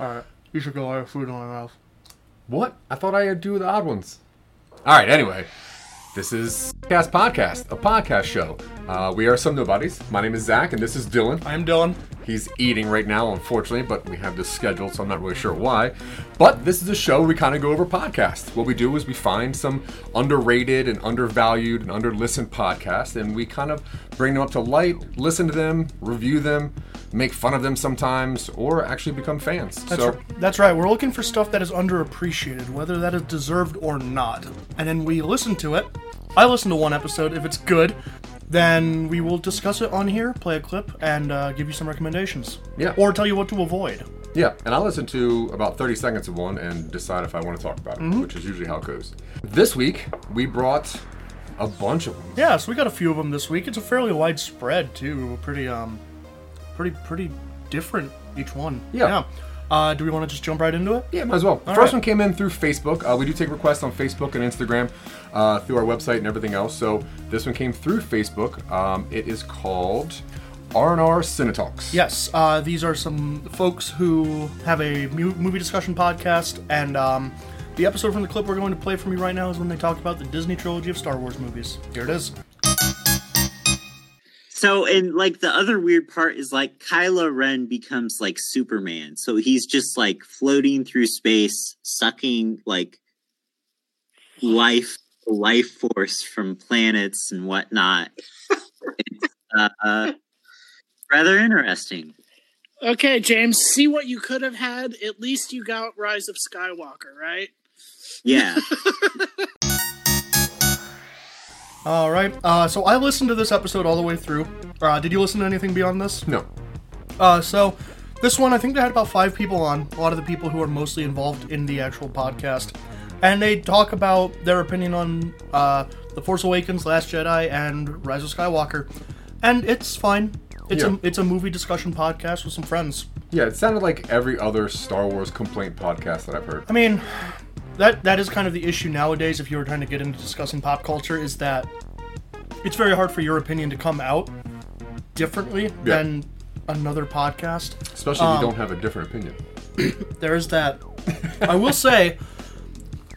All right. You should go. I have food in my mouth. What? I thought I would do the odd ones. All right, anyway. This is Cast Podcast, a podcast show. Uh, we are some nobodies. My name is Zach, and this is Dylan. I'm Dylan. He's eating right now, unfortunately, but we have this scheduled, so I'm not really sure why. But this is a show where we kind of go over podcasts. What we do is we find some underrated and undervalued and underlistened podcasts, and we kind of bring them up to light, listen to them, review them, make fun of them sometimes, or actually become fans. That's, so r- that's right. We're looking for stuff that is underappreciated, whether that is deserved or not. And then we listen to it. I listen to one episode. If it's good, then we will discuss it on here, play a clip, and uh, give you some recommendations. Yeah. Or tell you what to avoid. Yeah, and I listen to about 30 seconds of one and decide if I want to talk about it, which is usually how it goes. This week, we brought a bunch of them. Yeah, so we got a few of them this week. It's a fairly wide spread too. We're pretty um, pretty pretty different each one. Yeah. Uh, do we want to just jump right into it? Yeah, might as well. First right. one came in through Facebook. Uh, we do take requests on Facebook and Instagram uh, through our website and everything else. So this one came through Facebook. Um, it is called R&R Cinetalks. Yes, uh, these are some folks who have a mu- movie discussion podcast, and um, the episode from the clip we're going to play from you right now is when they talked about the Disney trilogy of Star Wars movies. Here it is. So, and like the other weird part is like Kylo Ren becomes like Superman. So he's just like floating through space, sucking like life life force from planets and whatnot. it's uh, rather interesting. Okay, James, see what you could have had. At least you got Rise of Skywalker, right? Yeah. All right. Uh, so I listened to this episode all the way through. Uh, did you listen to anything beyond this? No. Uh, so this one, I think they had about five people on. A lot of the people who are mostly involved in the actual podcast, and they talk about their opinion on uh, the Force Awakens, Last Jedi, and Rise of Skywalker. And it's fine. It's Yeah. a it's a movie discussion podcast with some friends. Yeah, it sounded like every other Star Wars complaint podcast that I've heard. I mean, that that is kind of the issue nowadays. If you were trying to get into discussing pop culture, is that it's very hard for your opinion to come out differently Yeah. than another podcast. Especially if you don't have a different opinion. there is that. I will say,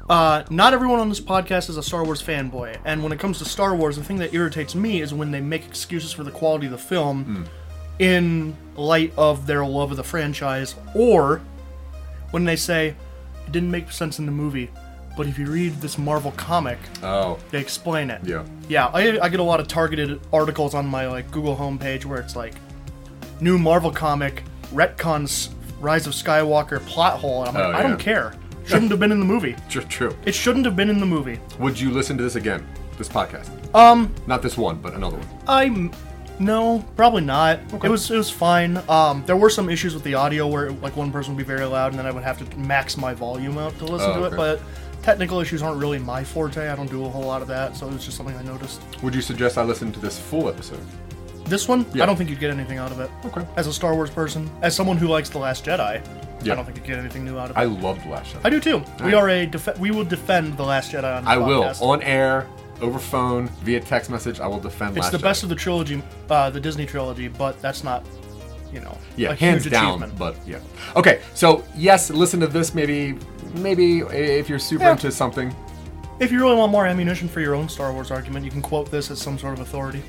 uh, not everyone on this podcast is a Star Wars fanboy, and when it comes to Star Wars, the thing that irritates me is when they make excuses for the quality of the film in light of their love of the franchise, or when they say it didn't make sense in the movie, but if you read this Marvel comic, Oh, they explain it. yeah. Yeah, I, I get a lot of targeted articles on my like Google homepage where it's like new Marvel comic retcons Rise of Skywalker plot hole, and I'm like, Oh, I yeah. don't care. Shouldn't have been in the movie. True, true. It shouldn't have been in the movie. Would you listen to this again? This podcast? Um, Not this one, but another one. I no, probably not. It was it was fine. Um, there were some issues with the audio where like one person would be very loud, and then I would have to max my volume up to listen Oh, to okay. it. But technical issues aren't really my forte. I don't do a whole lot of that, so it was just something I noticed. Would you suggest I listen to this full episode? This one, Yeah. I don't think you'd get anything out of it. Okay. As a Star Wars person, as someone who likes The Last Jedi, Yeah. I don't think you'd get anything new out of I it. loved Last Jedi. I, do too. We are a def- we will defend The Last Jedi on this I will podcast. on air, over phone, via text message. I will defend. It's Last the Jedi. best of the trilogy, uh, the Disney trilogy, but that's not, you know, Yeah, a hands huge down. achievement. But yeah. Okay, so yes, listen to this. Maybe, maybe if you're super Yeah. into something, If you really want more ammunition for your own Star Wars argument, you can quote this as some sort of authority.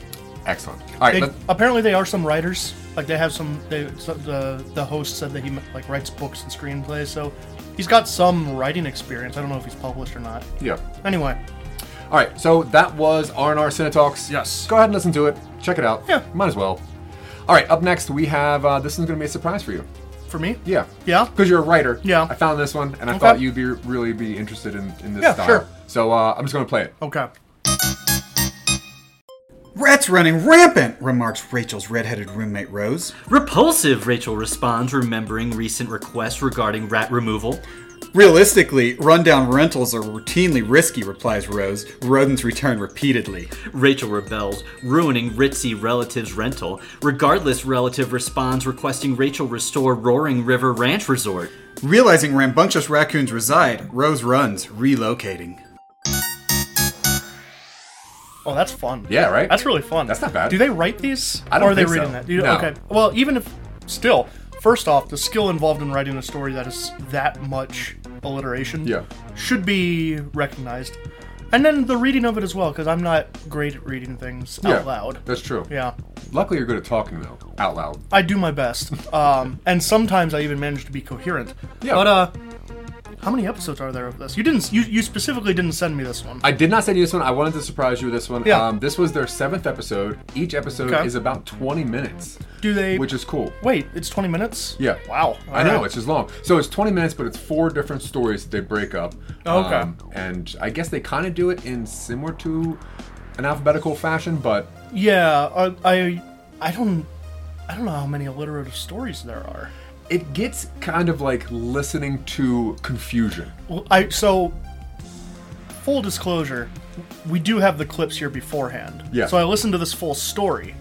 excellent. All right, They, let- apparently, they are some writers. Like they have some. They, so the the host said that he like writes books and screenplays, so he's got some writing experience. I don't know if he's published or not. yeah. Anyway, All right, so that was R and R Cinetalks. Yes. Go ahead and listen to it. Check it out. Yeah. Might as well. All right, up next we have uh, this is going to be a surprise for you. for me, Yeah. Yeah. Because you're a writer. Yeah. I found this one, and I thought Okay. you'd be really be interested in, in this Yeah, style. sure. So uh, I'm just going to play it. Okay. Rats running rampant, remarks Rachel's redheaded roommate Rose. Repulsive, Rachel responds, remembering recent requests regarding rat removal. Realistically, rundown rentals are routinely risky, replies Rose. Rodents return repeatedly. Rachel rebels, ruining ritzy relative's rental. Regardless, relative responds, requesting Rachel restore Roaring River Ranch Resort. Realizing rambunctious raccoons reside, Rose runs, relocating. Oh, that's fun. Yeah, right? That's really fun. That's not bad. Do they write these? I don't Or are they think so. reading that? Do you- No. Okay. Well, even if still, first off, the skill involved in writing a story that is that much alliteration Yeah. should be recognized. And then the reading of it as well, because I'm not great at reading things out Yeah, loud. That's true. Yeah. Luckily, you're good at talking though, out loud. I do my best. Um, and sometimes I even manage to be coherent. Yeah. But, uh, how many episodes are there of this? You didn't, you, you specifically didn't send me this one. I did not send you this one. I wanted to surprise you with this one. Yeah. Um, this was their seventh episode. Each episode Okay. is about 20 minutes, do they, which is cool. wait, it's 20 minutes? Yeah. Wow. I know Alright. it's just long. So it's 20 minutes, but it's four different stories that they break up. Um, Okay. and I guess they kind of do it in similar to an alphabetical fashion, but Yeah, I, I, I don't, I don't know how many alliterative stories there are. it gets kind of like listening to confusion. Well, I so full disclosure, we do have the clips here beforehand. Yeah. So I listened to this full story,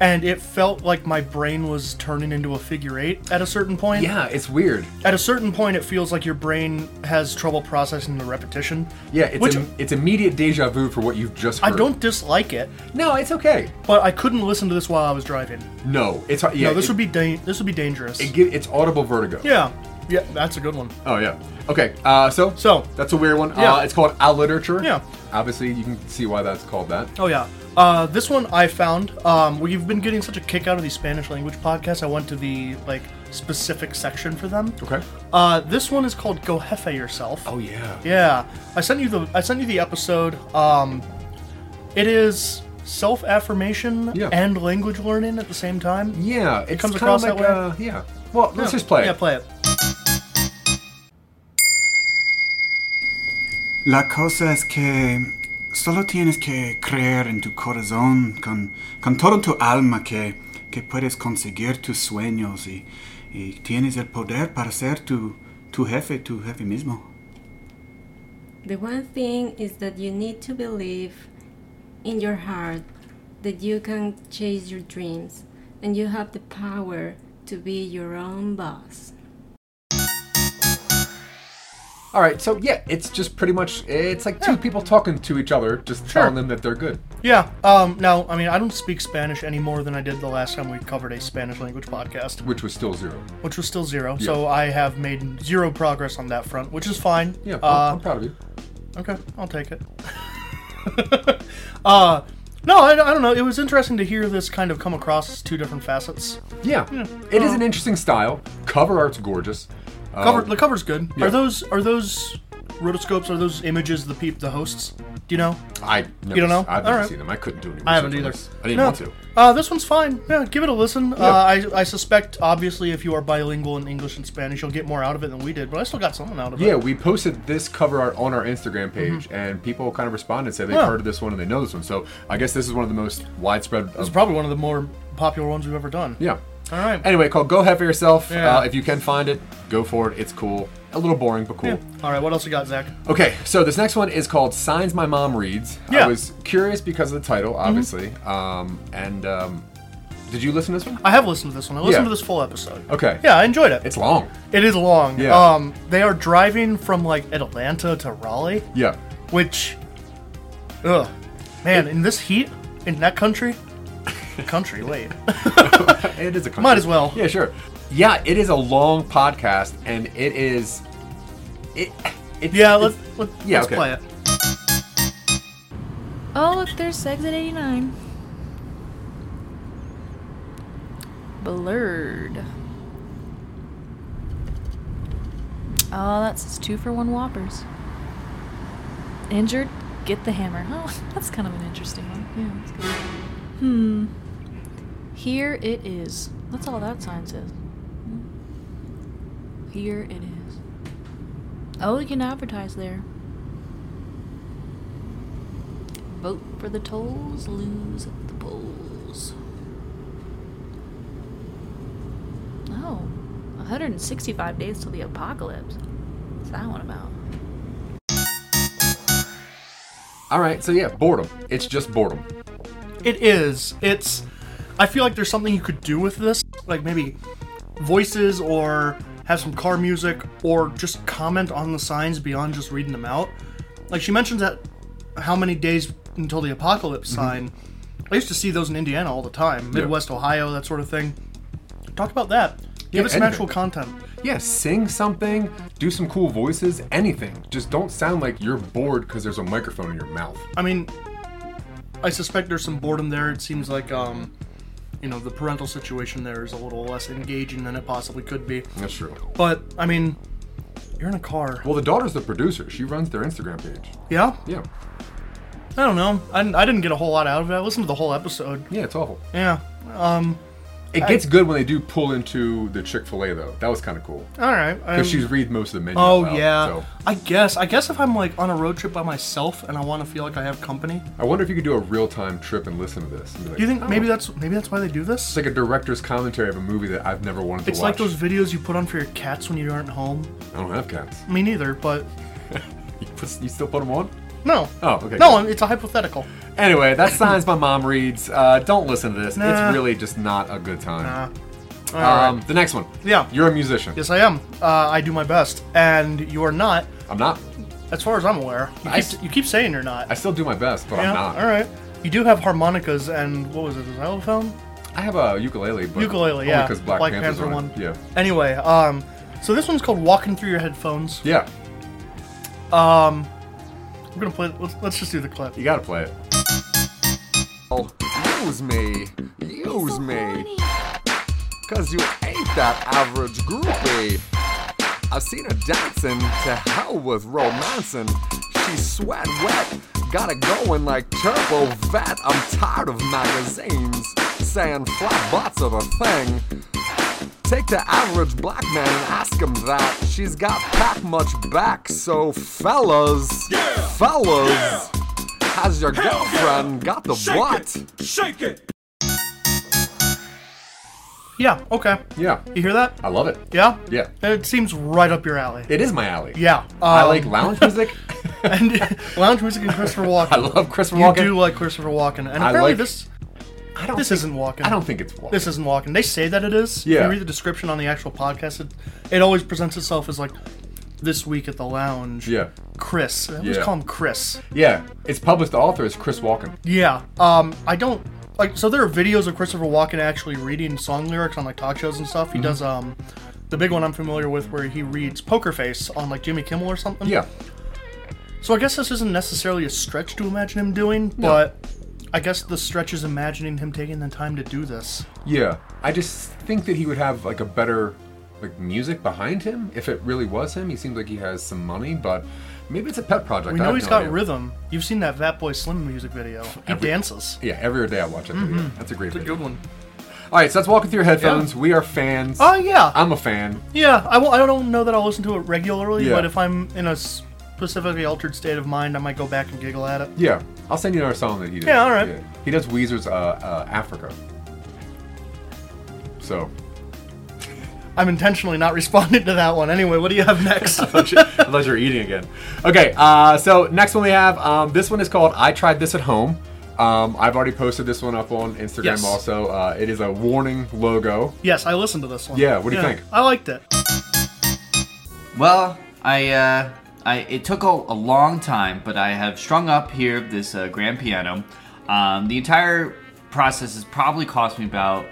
and it felt like my brain was turning into a figure eight at a certain point. Yeah, it's weird. At a certain point, it feels like your brain has trouble processing the repetition. Yeah, it's Which- im- it's immediate deja vu for what you've just I heard. don't dislike it, No, it's okay. but I couldn't listen to this while I was driving. No, it's hard. Yeah, no, this it- would be da- this would be dangerous. it gi- it's audible vertigo. yeah. Yeah, that's a good one. Oh yeah. Okay. Uh, so So- that's a weird one. Yeah. Uh, it's called out literature. Yeah. Obviously, you can see why that's called that. Oh yeah. Uh, this one I found. Um, we've been getting such a kick out of these Spanish language podcasts. I went to the like specific section for them. Okay. Uh, this one is called "Go Hefe Yourself." Oh yeah. Yeah, I sent you the I sent you the episode. Um, it is self affirmation Yeah. and language learning at the same time. Yeah. It comes across that way? Uh, yeah. Well, let's just play Yeah, it. play it. La cosa es que solo tienes que creer en tu corazón con, con todo tu alma que, que puedes conseguir tus sueños y, y tienes el poder para ser tu, tu jefe, tu jefe mismo. The one thing is that you need to believe in your heart that you can chase your dreams and you have the power to be your own boss. All right. So yeah, it's just pretty much it's like two people talking to each other, just telling them that they're good. Yeah. Um, now, I mean, I don't speak Spanish any more than I did the last time we covered a Spanish language podcast. Which was still zero. which was still zero. So I have made zero progress on that front, which is fine. Yeah. I'm, Uh, I'm proud of you. okay, I'll take it. uh, no, I, I don't know. It was interesting to hear this kind of come across as two different facets. Yeah. It is an interesting style. Cover art's gorgeous. Uh, Cover, Um, the cover's good. yeah. Are those are those rotoscopes? Are those images the peep the hosts? Do you know? I never, don't know? I've All never right. seen them. I couldn't do any. I haven't research on either. this. I didn't No. want to. Uh, this one's fine. Yeah, give it a listen. Uh, I, I suspect, obviously, if you are bilingual in English and Spanish, you'll get more out of it than we did. But I still got something out of it. Yeah, we posted this cover art on our Instagram Mm-hmm. page, and people kind of responded, said they've Huh. heard of this one and they know this one. So I guess this is one of the most widespread. It's Of, probably one of the more popular ones we've ever done. yeah. All right. Anyway, called Go Have for Yourself. Yeah. Uh, if you can find it, go for it. It's cool. A little boring, but cool. Yeah. All right. What else you got, Zach? Okay, so this next one is called Signs My Mom Reads. Yeah. Mm-hmm. I was curious because of the title, obviously. Um, and um, did you listen to this one? I have listened to this one. I listened Yeah. to this full episode. Okay. Yeah, I enjoyed it. It's long. It is long. Yeah. Um, they are driving from like Atlanta to Raleigh, Yeah. which, ugh, man, in this heat in that country, country. Wait, It is a country. Might as well. Yeah, sure. Yeah, it is a long podcast, and it is. It. It's, yeah. it's- Let's let, Yeah, let's okay. play it. Oh, look, there's sex at 89. Blurred. Oh, that says two for one Whoppers. Injured, get the hammer. Oh, that's kind of an interesting one. Yeah, that's good. Hmm. Here it is. That's all that sign says. Hmm. Here it is. Oh, you can advertise there. Vote for the tolls, lose at the polls. Oh, 165 days till the apocalypse. What's that one about? All right, so yeah, boredom. It's just boredom. It is. It's. I feel like there's something you could do with this, like maybe voices or have some car music or just comment on the signs beyond just reading them out. Like she mentions that how many days until the apocalypse sign. I used to see those in Indiana all the time, Midwest Ohio, that sort of thing. Talk about that. Give us some anything. actual content. Yeah, sing something, do some cool voices, anything. Just don't sound like you're bored because there's a microphone in your mouth. I mean, I suspect there's some boredom there. It seems like, um, you know, the parental situation there is a little less engaging than it possibly could be. That's true. But I mean, you're in a car. Well, the daughter's the producer. She runs their Instagram page. Yeah, Yeah. I don't know. I, I didn't get a whole lot out of it. I listened to the whole episode. Yeah, it's awful. Yeah. Um. It gets good when they do pull into the Chick fil A, though. That was kind of cool. All right. I- Because she's read most of the menu. Um, Oh out loud, yeah. So I guess. I guess if I'm like on a road trip by myself and I want to feel like I have company, I wonder if you could do a real time trip and listen to this. and be like, do you think "Oh, maybe that's maybe that's why they do this? It's like a director's commentary of a movie that I've never wanted to It's like watch. those videos you put on for your cats when you aren't home. I don't have cats. Me neither, but You, put, you still put them on? no. Oh, okay. No, it's a hypothetical. Anyway, that's signs my mom reads. Uh, don't listen to this. Nah. It's really just not a good time. All right. Um, The next one. Uh, Yeah. You're a musician. Yes, I am. Uh, I do my best, and you are not, I'm not. as far as I'm aware. You, I s- keep, you keep saying you're not. I still do my best, but yeah. I'm not. All right. You do have harmonicas and what was it, a xylophone? I have a ukulele, but Ukulele, yeah. because Black, Panther's Panther on it. one. Yeah. Anyway, um, so this one's called "Walking Through Your Headphones." Yeah. We're gonna play. Let's, let's just do the clip. You gotta play it. Oh, use me, use me, cause you ain't that average groupie. I've seen her dancing to hell with romancing. She's sweat wet, got it going like Turbo Vet. I'm tired of magazines saying flat butts are the thing. Take the average black man and ask him that. She's got pack much back, so fellas, fellas. How's your girlfriend got the what? Yeah. Okay. Yeah, You hear that? I love it. Yeah. Yeah, It seems right up your alley. it is my alley. Yeah. Um, I like lounge music. and lounge music and Christopher Walken. I love Christopher you Walken. do like Christopher Walken, and I apparently like- this I don't this think, isn't Walken. I don't think it's Walken. this isn't Walken. They say that it is. If Yeah. you read the description on the actual podcast, it, it always presents itself as like this week at the lounge. Yeah, Chris. I always Yeah. call him Chris. yeah. It's published. The author is Chris Walken. Yeah. Um, I don't like. So there are videos of Christopher Walken actually reading song lyrics on like talk shows and Mm-hmm. stuff. He does um. The big one I'm familiar with, where he reads Poker Face on like Jimmy Kimmel or something. Yeah, So I guess this isn't necessarily a stretch to imagine him doing, but I guess the stretch is imagining him taking the time to do this. yeah. I just think that he would have like a better like music behind him if it really was him. He seems like he has some money, but maybe it's a pet project. We I know have he's no got idea. rhythm. You've seen that Fat Boy Slim music video. He dances. Yeah, every day I watch it. Mm-hmm. That's a great video. one. All right, so that's walking through your headphones. We are fans. Oh yeah, I'm a fan. yeah. I w- I don't know that I'll listen to it regularly, Yeah. but if I'm in a specifically altered state of mind, I might go back and giggle at it. Yeah, I'll send you another song that he does. Yeah, all right. He does Weezer's uh, uh, Africa. So I'm intentionally not responding to that one. Anyway, what do you have next? unless you're eating again. Okay, uh, so next one we have. Um, this one is called "I Tried This at Home." Um, I've already posted this one up on Instagram. Yes. Also, uh, it is a warning logo. yes, I listened to this one. Yeah, what do you think? I liked it. Well, I, uh, I it took a, a long time, but I have strung up here this uh, grand piano. Um, the entire process has probably cost me about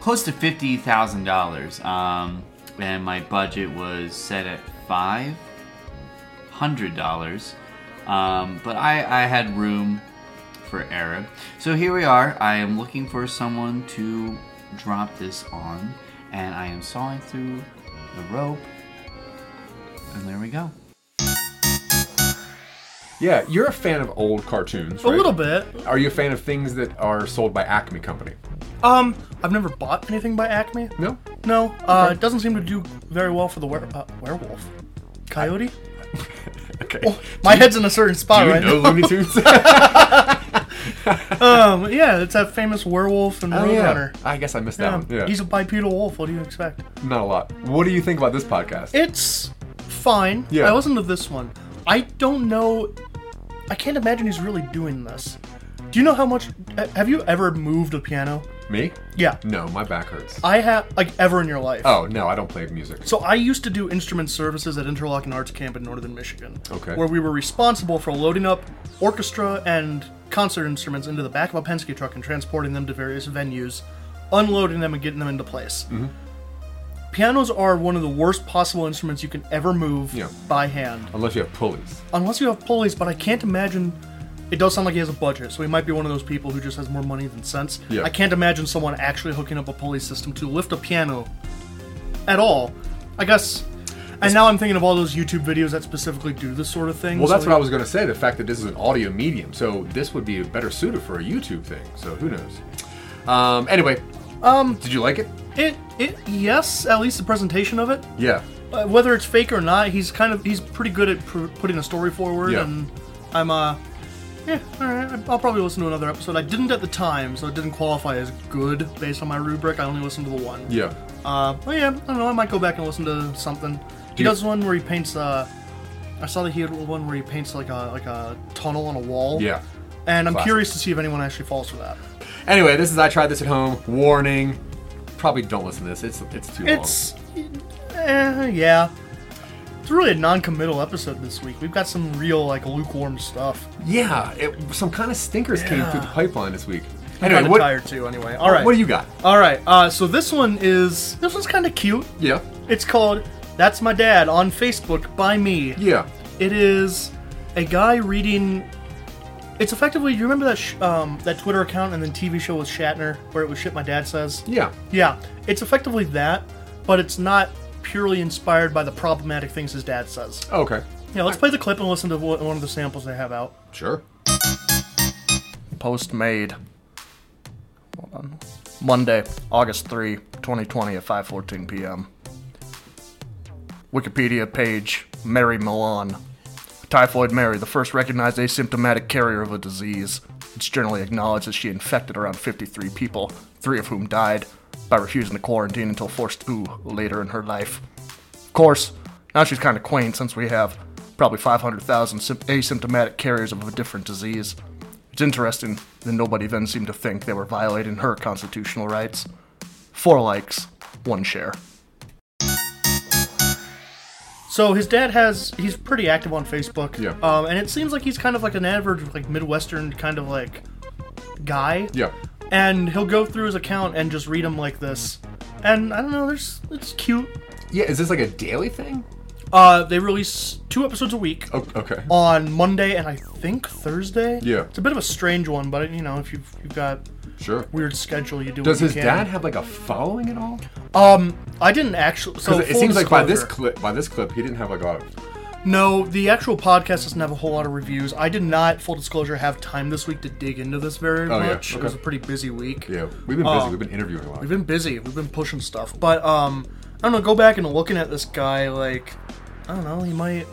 close to fifty thousand dollars, um, and my budget was set at five hundred dollars. Um, but I, I had room for error, so here we are. I am looking for someone to drop this on, and I am sawing through the rope. And there we go. Yeah, you're a fan of old cartoons. A right? little bit. Are you a fan of things that are sold by Acme Company? Um, I've never bought anything by Acme. No. No, uh, it doesn't seem to do very well for the were- uh, werewolf. Coyote? Okay. My head's in a certain spot Do you right know Looney Tunes? now. Um, yeah, it's that famous werewolf and Oh, roadrunner. I guess I missed that Yeah. one. Yeah. He's a bipedal wolf. What do you expect? Not a lot. What do you think about this podcast? It's fine. Yeah. I listened to this one. I don't know. I can't imagine he's really doing this. Do you know how much? ha- Have you ever moved a piano? Me? Yeah. No, my back hurts. I have, like, ever in your life. oh, no, I don't play music. So I used to do instrument services at Interlochen Arts Camp in northern Michigan. Okay. Where we were responsible for loading up orchestra and concert instruments into the back of a Mm-hmm. Penske truck and transporting them to various venues, unloading them and getting them into place. Pianos are one of the worst possible instruments you can ever move Yeah. by hand. Unless you have pulleys. Unless you have pulleys, but I can't imagine. It does sound like he has a budget, so he might be one of those people who just has more money than sense. Yeah. I can't imagine someone actually hooking up a pulley system to lift a piano at all. I guess. And now I'm thinking of all those YouTube videos that specifically do this sort of thing. Well, that's so- what I was going to say. The fact that this is an audio medium, so this would be better suited for a YouTube thing. So who knows? Um, anyway, um, did you like it? It, it, yes, at least the presentation of it. Yeah. Uh, whether it's fake or not, he's kind of he's pretty good at pr- putting a story forward, Yeah. and I'm uh, yeah, all right. I'll probably listen to another episode. I didn't at the time, so it didn't qualify as good based on my rubric. I only listened to the one. Yeah. Uh, but yeah, I don't know. I might go back and listen to something. Do He you- does one where he paints. Uh, I saw that he had one where he paints like a like a tunnel on a wall. Yeah. And I'm Classic. curious to see if anyone actually falls for that. Anyway, this is I tried this at home. Warning. Probably don't listen to this. It's it's too It's, eh, yeah. It's really a non-committal episode this week. We've got some real like lukewarm stuff. long. Yeah. It, some kind of stinkers came Yeah. through the pipeline this week. I'm Anyway, kinda what, tired too. Anyway, all right. What do you got? All right. Uh, so this one is this one's kind of cute. Yeah. It's called "That's My Dad" on Facebook by me. Yeah. It is a guy reading. It's effectively. You remember that sh- um, that Twitter account and then TV show with Shatner where it was shit my dad says. Yeah. Yeah. It's effectively that, but it's not purely inspired by the problematic things his dad says. Okay. Yeah. Let's play the clip and listen to wh- one of the samples they have out. Sure. Post made. Hold on. Monday, August 3, 2020 at 5:14 p.m. Wikipedia page Mary Milan. Typhoid Mary, the first recognized asymptomatic carrier of a disease. It's generally acknowledged that she infected around 53 people, 3 of whom died by refusing to quarantine until forced to later in her life. Of course, now she's kind of quaint since we have probably 500,000 symp- asymptomatic carriers of a different disease. It's interesting that nobody then seemed to think they were violating her constitutional rights. Four likes, one share. So his dad has he's pretty active on Facebook. Yeah. Um, and it seems like he's kind of like an average like Midwestern kind of like guy. Yeah. And he'll go through his account and just read them like this. And I don't know, there's it's cute. Yeah. Is this like a daily thing? Uh, they release two episodes a week O- Okay. on Monday and I think Thursday. Yeah. It's a bit of a strange one, but you know, if you've you've got Sure. weird schedule, you do. Does what you his can. dad have like a following at all? Um, I didn't actually. So Because it full seems like by this disclosure, clip, by this clip, he didn't have like a. No, the actual podcast doesn't have a whole lot of reviews. I did not, full disclosure, have time this week to dig into this very Oh, yeah. much. It was a Okay. pretty busy week. Yeah, we've been busy. Um, we've been interviewing a lot. We've been busy. We've been pushing stuff. But um, I don't know. Go back and looking at this guy. Like, I don't know. He might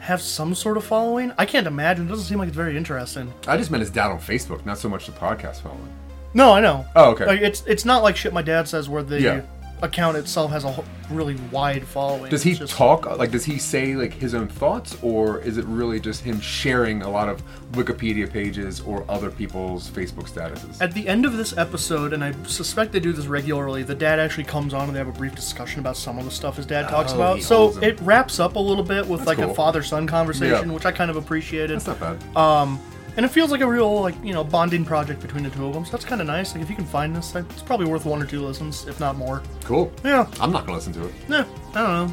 have some sort of following. I can't imagine. It doesn't seem like it's very interesting. I just meant his dad on Facebook, not so much the podcast following. No, I know. Oh, okay. Like, it's it's not like shit. My dad says where the Yeah. account itself has a whole- really wide following. Does he It's just- talk like? Does he say like his own thoughts, or is it really just him sharing a lot of Wikipedia pages or other people's Facebook statuses? At the end of this episode, and I suspect they do this regularly, the dad actually comes on and they have a brief discussion about some of the stuff his dad talks Oh, about. he So holds 'em. it wraps up a little bit with That's like cool. a father son conversation, Yeah. which I kind of appreciated. That's not bad. Um, and it feels like a real like you know bonding project between the two of them. So that's kind of nice. Like if you can find this, like, it's probably worth one or two listens, if not more. Cool. Yeah. I'm not gonna listen to it. Yeah, I don't know.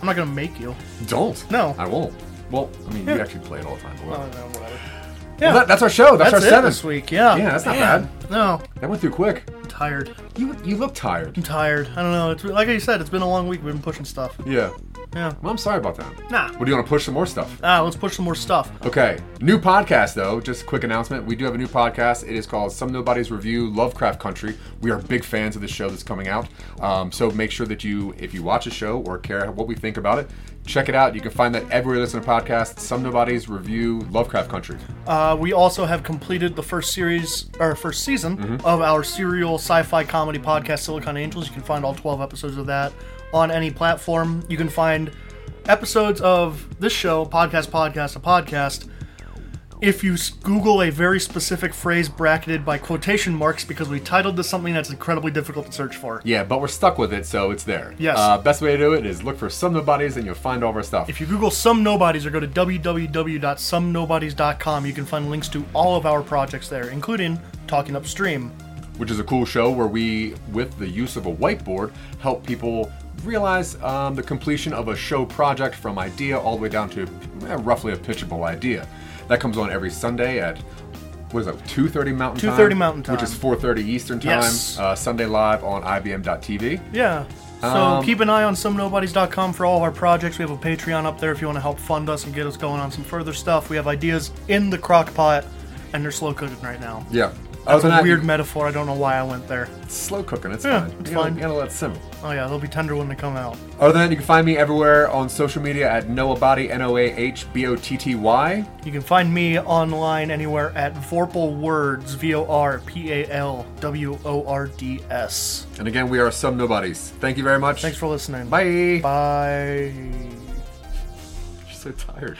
I'm not gonna make you. Don't. No. I won't. Well, I mean, you Yeah. actually play it all the time. but I whatever. don't know, whatever. Well, that- that's our show. That's, That's our it seven this week, yeah. Yeah, that's not Man. bad. No. That went through quick. I'm tired. You you look tired. I'm tired. I don't know. It's like I said, it's been a long week. We've been pushing stuff. Yeah. Yeah. Well, I'm sorry about that. Nah. What do you want to push some more stuff? Ah, let's push some more stuff. Okay, new podcast though. Just a quick announcement: we do have a new podcast. It is called Some Nobody's Review Lovecraft Country. We are big fans of the show that's coming out. Um, so make sure that you, if you watch a show or care what we think about it, check it out. You can find that everywhere you listen to podcasts. Some Nobody's Review Lovecraft Country. Uh, we also have completed the first series or first season Mm-hmm. of our serial sci-fi comedy podcast Silicon Angels. You can find all 12 episodes of that on any platform. You can find episodes of this show, podcast, podcast, a podcast. If you s- Google a very specific phrase bracketed by quotation marks because we titled this something that's incredibly difficult to search for. Yeah, but we're stuck with it, so it's there. Yes. Uh, best way to do it is look for Some Nobody's, and you'll find all of our stuff. If you Google Some Nobodies or go to www.somenobodies.com, you can find links to all of our projects there, including Talking Upstream. which is a cool show where we, with the use of a whiteboard, help people realize um, the completion of a show project from idea all the way down to eh, roughly a pitchable idea. That comes on every Sunday at what is that? 2:30 Mountain Time. 2:30 Mountain which is Time. 4:30 Eastern Time. Yes. Uh, Sunday live on IBM.TV. Yeah. So Um, keep an eye on somenobodies.com for all of our projects. We have a Patreon up there if you want to help fund us and get us going on some further stuff. We have ideas in the crock pot, and they're slow cooking right now. Yeah. That's than a that, weird metaphor. I don't know why I went there. slow cooking. It's Yeah, fine. it's You gotta- fine. You gotta let it simmer. Oh yeah, they'll be tender when they come out. Other than that, you can find me everywhere on social media at Noahbody, N O A H B O T T Y. You can find me online anywhere at Vorpal Words, V O R P A L W O R D S. And again, we are some nobodies. Thank you very much. Thanks for listening. Bye. Bye. She's so tired.